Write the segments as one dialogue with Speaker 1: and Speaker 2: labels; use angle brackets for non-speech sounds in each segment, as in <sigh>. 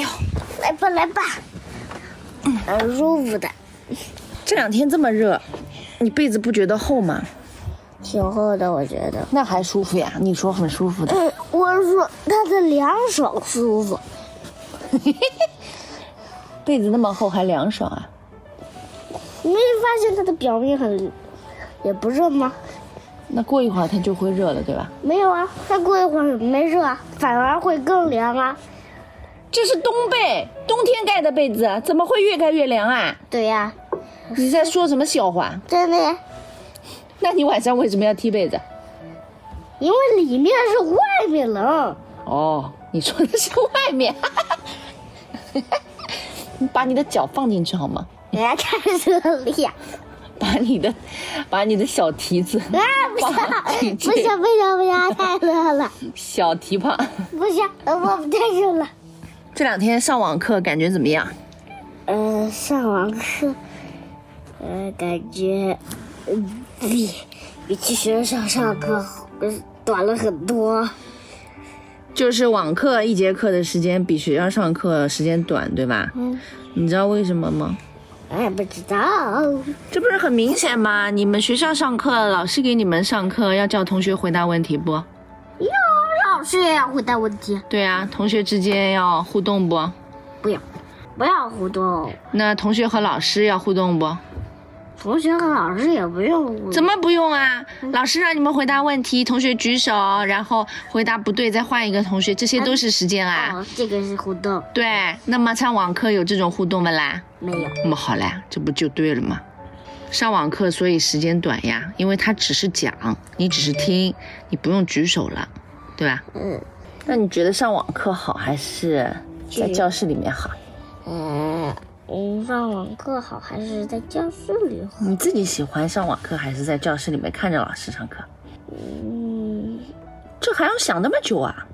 Speaker 1: 呦，
Speaker 2: 来吧来吧，很舒服的，
Speaker 1: 这两天这么热，你被子不觉得厚吗？
Speaker 2: 挺厚的，我觉得。
Speaker 1: 那还舒服呀？你说很舒服的。
Speaker 2: 嗯，我说它的凉爽舒服，
Speaker 1: 被子那么厚还凉爽啊？
Speaker 2: 你没发现它的表面很，也不热吗？
Speaker 1: 那过一会儿它就会热了，对吧？
Speaker 2: 没有啊，再过一会儿没热啊，反而会更凉啊。
Speaker 1: 这是冬被，冬天盖的被子，啊怎么会越盖越凉啊？
Speaker 2: 对呀、
Speaker 1: 你在说什么笑话？
Speaker 2: 真的呀，
Speaker 1: 那你晚上为什么要踢被子？
Speaker 2: 因为里面是外面冷。
Speaker 1: 哦，你说的是外面， <laughs> 你把你的脚放进去好吗？
Speaker 2: 人家看这里呀，
Speaker 1: 把你的，把你的小蹄子，
Speaker 2: 啊，不行，
Speaker 1: 放进
Speaker 2: 不
Speaker 1: 去，
Speaker 2: 行，不行，不行，太热了，
Speaker 1: 小蹄膀。
Speaker 2: 不行，我不太热了。
Speaker 1: 这两天上网课感觉怎么样？
Speaker 2: 呃，上网课，呃，感觉，嗯，比比去学校上课呃短了很多。
Speaker 1: 就是网课一节课的时间比学校上课时间短，对吧？
Speaker 2: 嗯，
Speaker 1: 你知道为什么吗？
Speaker 2: 我哎也不知道，
Speaker 1: 这不是很明显吗？你们学校上课，老师给你们上课要叫同学回答问题不？
Speaker 2: 老师也要回答问题，
Speaker 1: 对啊，同学之间要互动不？
Speaker 2: 不要，不要互动，
Speaker 1: 那同学和老师要互动不？
Speaker 2: 同学和老师也不用互动。
Speaker 1: 怎么不用啊？老师让你们回答问题，同学举手，然后回答不对再换一个同学，这些都是时间啊。
Speaker 2: 哦，这个是互动，
Speaker 1: 对，那么上网课有这种互动的啦？
Speaker 2: 没有。
Speaker 1: 那么好嘞，这不就对了吗？上网课所以时间短呀，因为他只是讲，你只是听，你不用举手了，对吧？
Speaker 2: 嗯。
Speaker 1: 那你觉得上网课好还是在教室里面好？
Speaker 2: 嗯，嗯，上网课好还是在教室里好？
Speaker 1: 你自己喜欢上网课还是在教室里面看着老师上课？
Speaker 2: 嗯，
Speaker 1: 这还要想那么久啊？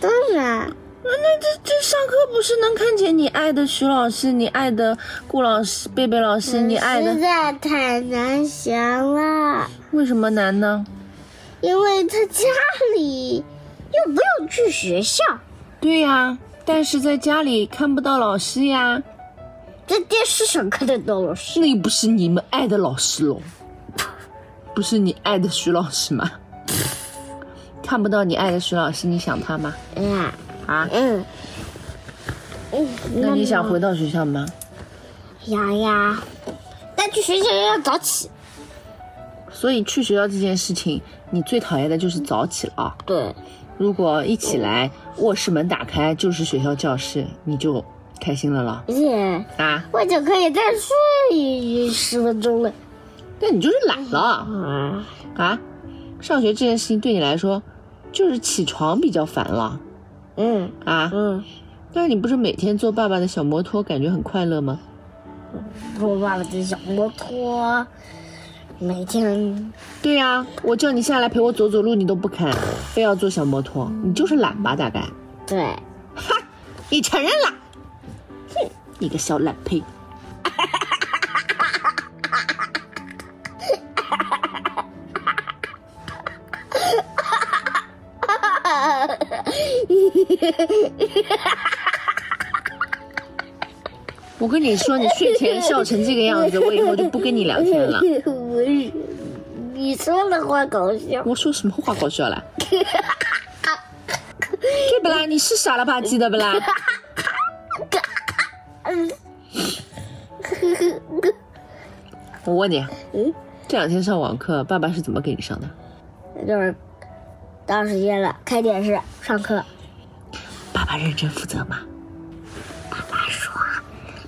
Speaker 2: 当然，
Speaker 1: 那那这这上课不是能看见你爱的徐老师，你爱的顾老师、贝贝老师，你爱
Speaker 2: 实
Speaker 1: 的
Speaker 2: 在太难想了，
Speaker 1: 为什么难呢？
Speaker 2: 因为在家里又不用去学校，
Speaker 1: 对呀、但是在家里看不到老师呀，
Speaker 2: 在电视上看得到老师。
Speaker 1: 那又不是你们爱的老师喽，不是你爱的徐老师吗？看不到你爱的徐老师，你想他吗？
Speaker 2: 嗯
Speaker 1: 啊，
Speaker 2: 嗯嗯，
Speaker 1: 那你想
Speaker 2: 么
Speaker 1: 回到学校吗？
Speaker 2: 想呀？但去学校要早起。
Speaker 1: 所以去学校这件事情，你最讨厌的就是早起了啊。
Speaker 2: 对，
Speaker 1: 如果一起来，卧室门打开就是学校教室，你就开心了了
Speaker 2: 而且
Speaker 1: 啊。
Speaker 2: 我就可以再睡十分钟了。
Speaker 1: 但你就是懒了
Speaker 2: 嗯。
Speaker 1: 啊！上学这件事情对你来说，就是起床比较烦了
Speaker 2: 嗯
Speaker 1: 啊。
Speaker 2: 嗯，
Speaker 1: 但是你不是每天坐爸爸的小摩托，感觉很快乐吗？
Speaker 2: 我爸爸的小摩托，每天
Speaker 1: 对呀、我叫你下来陪我走走路，你都不肯，非要坐小摩托，你就是懒吧？大概，
Speaker 2: 对，
Speaker 1: 哈，你承认了，哼，你个小懒胚。我跟你说，你睡前笑成这个样子，我以后就不跟你聊天
Speaker 2: <laughs>
Speaker 1: 了。
Speaker 2: 我是你说的话搞笑，
Speaker 1: 我说什么话搞笑了？对不啦？你是傻了吧唧的不啦？我问你，啊
Speaker 2: 嗯，
Speaker 1: 这两天上网课，爸爸是怎么给你上的？
Speaker 2: <laughs> 就是到时间了，开电视上课。
Speaker 1: 爸爸认真负责吗？
Speaker 2: 爸爸说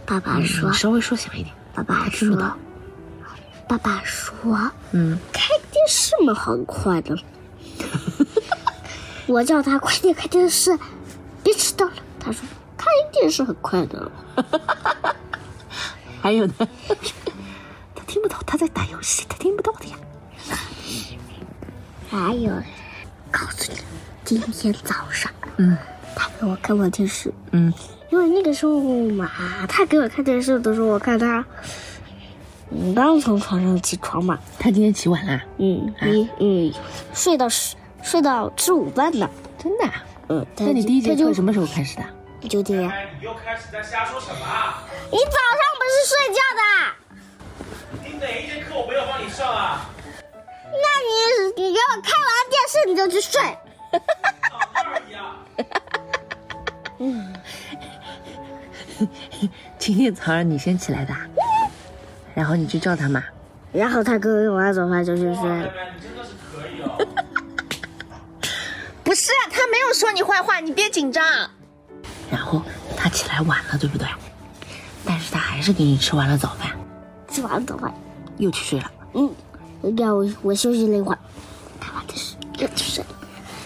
Speaker 1: 嗯你，稍微说响一点。
Speaker 2: 爸爸说，爸爸说，
Speaker 1: 嗯，
Speaker 2: 开电视嘛，很快
Speaker 1: <laughs>
Speaker 2: 的。我叫他快点开电视，别迟到了。他说开电视很快的。
Speaker 1: 还有呢？他听不到，他在打游戏，他听不到的呀。
Speaker 2: 还有，告诉你，今天早上
Speaker 1: 嗯
Speaker 2: 他给我看过电视，
Speaker 1: 嗯，
Speaker 2: 因为那个时候嘛，他给我看电视的时候，我看他嗯刚从床上起床嘛，
Speaker 1: 他今天起晚啦？
Speaker 2: 嗯，一嗯，睡到十睡到吃午饭呢，
Speaker 1: 真的啊？
Speaker 2: 嗯，
Speaker 1: 那你第一节
Speaker 2: 他就
Speaker 1: 课什么时候开始的？
Speaker 2: 就这样。
Speaker 3: 哎，你又开始在瞎说什么啊？
Speaker 2: 你早上不是睡觉
Speaker 3: 你哪一节课我没有帮你上啊？
Speaker 2: 的？那你你给我看完电视你就去睡。
Speaker 3: 躺那儿哦一啊样。
Speaker 1: 今天早上你先起来的啊，然后你去叫他嘛。
Speaker 2: 然后他给我用完早饭就去
Speaker 3: 哇，
Speaker 2: 睡
Speaker 3: 妹
Speaker 2: 了。
Speaker 3: 妹，哎你真的是可以哦。
Speaker 4: 不是，他没有说你坏话，你别紧张。
Speaker 1: 然后他起来晚了，对不对？但是他还是给你吃完了早饭，
Speaker 2: 吃完早饭，
Speaker 1: 又去睡了。
Speaker 2: 嗯，让我我休息了一会儿，看完电视又去睡了，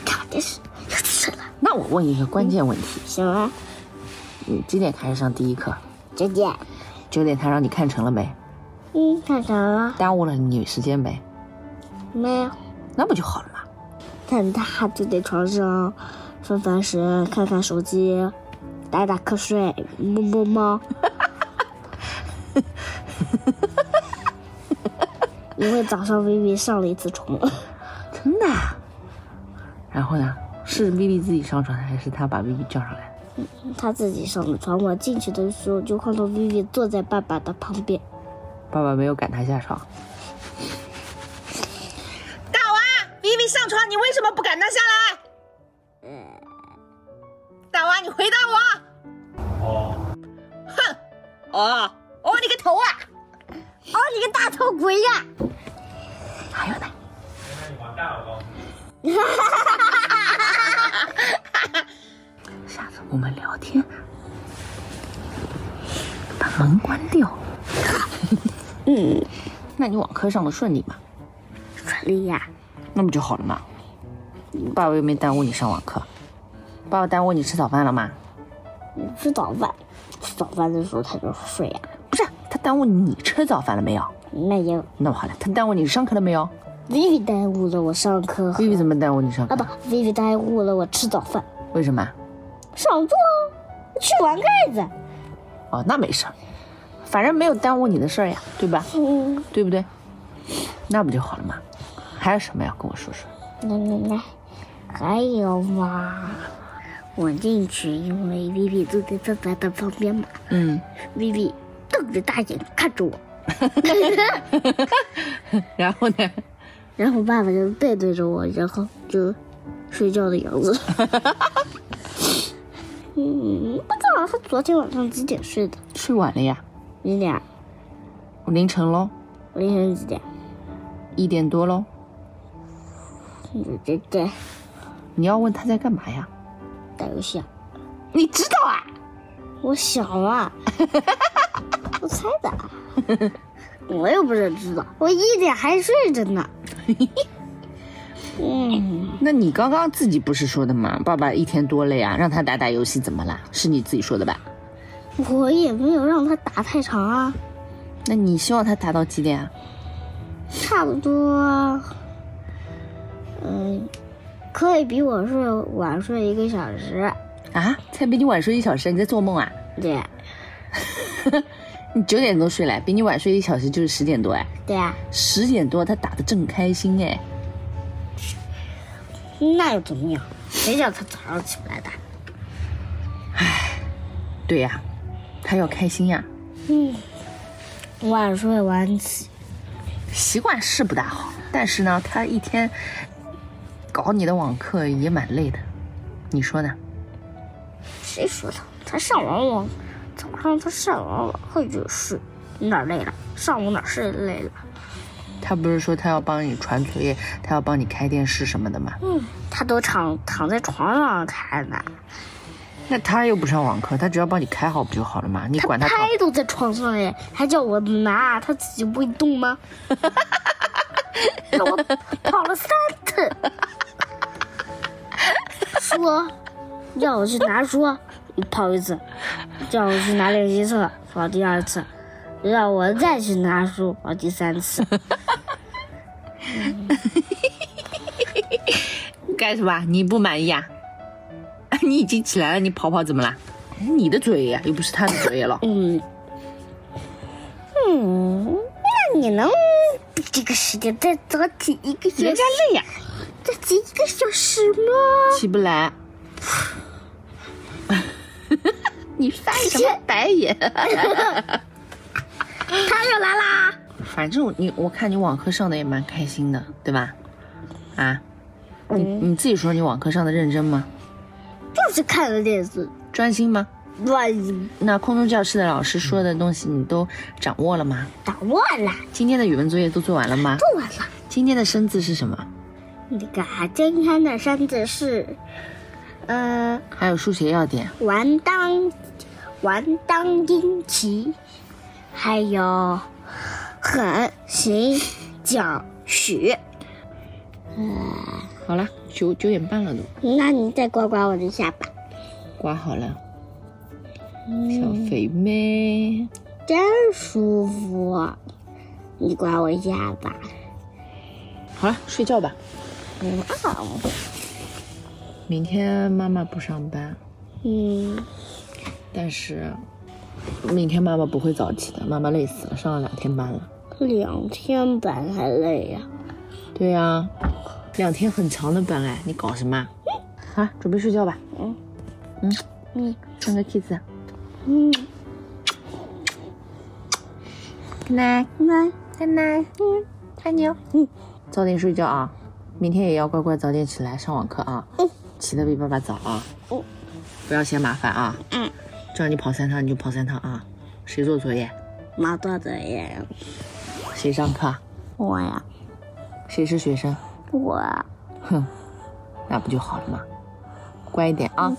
Speaker 2: 看完电视又去睡了。
Speaker 1: 那我问你一个关键问题：
Speaker 2: 行啊，
Speaker 1: 你几点开始上第一课？
Speaker 2: 九点。
Speaker 1: 九点他让你看成了没？
Speaker 2: 嗯，看啥了？
Speaker 1: 耽误了你时间没？
Speaker 2: 没有。
Speaker 1: 那不就好了吗？
Speaker 2: 但他就在床上翻翻身，看看手机，打打瞌睡，摸摸猫。因为早上微微上了一次床，
Speaker 1: 真的啊？然后呢？是 B B 自己上床的，还是他把 B B 叫上来？
Speaker 2: 他自己上的床。我进去的时候就看到微微坐在爸爸的旁边。
Speaker 1: 爸爸没有赶他下床。
Speaker 4: 大娃，比比上床，你为什么不赶他下来？大娃，你回答我。
Speaker 3: 哦，
Speaker 4: 哼，哦，哦，你个头啊！
Speaker 2: 哦，你个大头鬼呀、
Speaker 1: 还有呢？
Speaker 3: 妹妹你完蛋了，我告诉你。
Speaker 1: 下次我们聊天，把门关掉。 <laughs> 嗯，那你网课上的顺利吗？
Speaker 2: 顺利呀、
Speaker 1: 那不就好了吗？爸爸又没耽误你上网课，爸爸耽误你吃早饭了吗？
Speaker 2: 你吃早饭，吃早饭的时候他就睡呀、
Speaker 1: 不是，他耽误你吃早饭了没有？
Speaker 2: 没有，
Speaker 1: 那好了，他耽误你上课了没有？
Speaker 2: 微微耽误了我上课，
Speaker 1: b b 怎么耽误你上
Speaker 2: 啊
Speaker 1: 课
Speaker 2: 不？，微微耽误了我吃早饭。
Speaker 1: 为什么？
Speaker 2: 少做，去玩盖子。
Speaker 1: 哦，那没事儿，反正没有耽误你的事儿呀，对吧？
Speaker 2: 嗯，
Speaker 1: 对不对？那不就好了吗？还有什么要跟我说说？
Speaker 2: 那那那还有吗？我进去，因为 v v 坐在爸爸的旁边嘛
Speaker 1: 嗯，
Speaker 2: v v 瞪着大眼看着我，
Speaker 1: 然后呢？
Speaker 2: 然后爸爸就背对着我，然后就睡觉的样子。 <laughs> 嗯，不知道他昨天晚上几点睡的？
Speaker 1: 睡晚了呀，
Speaker 2: 几点？
Speaker 1: 凌晨喽，
Speaker 2: 凌晨几点？
Speaker 1: 一点多喽。
Speaker 2: 嗯对对，
Speaker 1: 你要问他在干嘛呀？
Speaker 2: 打游戏啊。
Speaker 1: 你知道啊？
Speaker 2: 我想啊， <laughs> 我猜的，我又不是知道，我一点还睡着呢。嗯，
Speaker 1: 那你刚刚自己不是说的吗？爸爸一天多了呀，让他打打游戏怎么啦？是你自己说的吧？
Speaker 2: 我也没有让他打太长啊，
Speaker 1: 那你希望他打到几点啊？
Speaker 2: 差不多，嗯，可以比我睡晚睡一个小时。
Speaker 1: 啊，才比你晚睡一小时，你在做梦啊？
Speaker 2: 对
Speaker 1: 你九点多睡了，比你晚睡一小时就是十点多哎。
Speaker 2: 对啊，
Speaker 1: 十点多他打的正开心哎，
Speaker 2: 那又怎么样？谁叫他早上起不来的？
Speaker 1: 对呀、他要开心呀、
Speaker 2: 晚睡晚起，
Speaker 1: 习惯是不大好，但是呢，他一天搞你的网课也蛮累的，你说呢？
Speaker 2: 谁说的？他上完网，早上他上完网后就睡，哪儿累了？上午哪儿睡累了？
Speaker 1: 他不是说他要帮你传作业，他要帮你开电视什么的吗？
Speaker 2: 嗯，他都躺躺在床上看呢，
Speaker 1: 那他又不上网课，他只要帮你开好不就好了吗？你管他躺
Speaker 2: 拍都在床上耶，还叫我拿，他自己不会动吗？ <laughs> 让我跑了三次，说让我去拿书，跑一次；让我去拿练习册，跑第二次；让我再去拿书，跑第三次。。
Speaker 1: 干什么？你不满意啊？ <laughs> 你已经起来了，你跑跑怎么啦？你的作业呀，又不是他的作业了
Speaker 2: 嗯，嗯，那你能比这个时间再早起一个小时？
Speaker 1: 人家累呀，
Speaker 2: 再
Speaker 1: <laughs>
Speaker 2: 起一个小时吗？
Speaker 1: 起不来。
Speaker 4: 你翻什么
Speaker 1: <laughs>
Speaker 4: 白眼？
Speaker 2: 他又来啦！
Speaker 1: 反正你我看你网课上的也蛮开心的，对吧？啊，你你自己说你网课上的认真吗？
Speaker 2: 就是看了电视，
Speaker 1: 专心吗？
Speaker 2: 乱
Speaker 1: 那空中教室的老师说的东西你都掌握了吗？
Speaker 2: 打乱了，
Speaker 1: 今天的语文作业都做完了吗？
Speaker 2: 做完了。
Speaker 1: 今天的生字是什么？
Speaker 2: 那个今天的生字是，呃，
Speaker 1: 还有数学要点，
Speaker 2: 完当完当阴晴，还有很行脚许。
Speaker 1: 好了，九九点半了都
Speaker 2: 那你再刮刮我的下巴，
Speaker 1: 刮好了，
Speaker 2: 嗯
Speaker 1: 小肥妹，
Speaker 2: 真舒服。你刮我下巴，
Speaker 1: 好了，睡觉吧。
Speaker 2: 哇哦！
Speaker 1: 明天妈妈不上班，
Speaker 2: 嗯，
Speaker 1: 但是明天妈妈不会早起的，妈妈累死了，上了两天班了。
Speaker 2: 两天半还累啊呀、
Speaker 1: 对呀、两天很长的班哎，你搞什么啊？好了，准备睡觉吧。
Speaker 2: 嗯
Speaker 1: 嗯，
Speaker 2: 嗯
Speaker 1: 上个 kiss。
Speaker 2: 嗯，
Speaker 1: Good night，
Speaker 2: 那
Speaker 1: good night。嗯，爱你哦。嗯，早点睡觉啊，明天也要乖乖早点起来上网课啊。
Speaker 2: 嗯，
Speaker 1: 起得比爸爸早啊。
Speaker 2: 嗯，
Speaker 1: 不要嫌麻烦啊。
Speaker 2: 嗯，
Speaker 1: 叫你跑三趟你就跑三趟啊。谁做作业？
Speaker 2: 毛豆的人，
Speaker 1: 谁上课？啊
Speaker 2: 我呀，
Speaker 1: 谁是学生？
Speaker 2: 我呀。
Speaker 1: 哼，那不就好了吗？乖一点啊。
Speaker 2: 嗯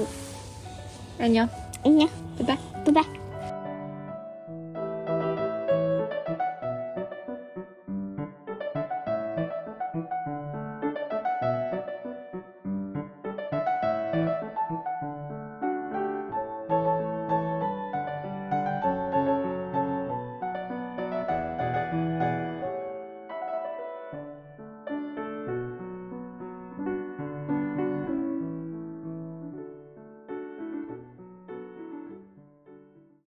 Speaker 2: 嗯，
Speaker 1: 爱你哦。
Speaker 2: 哎呀，拜拜，拜拜。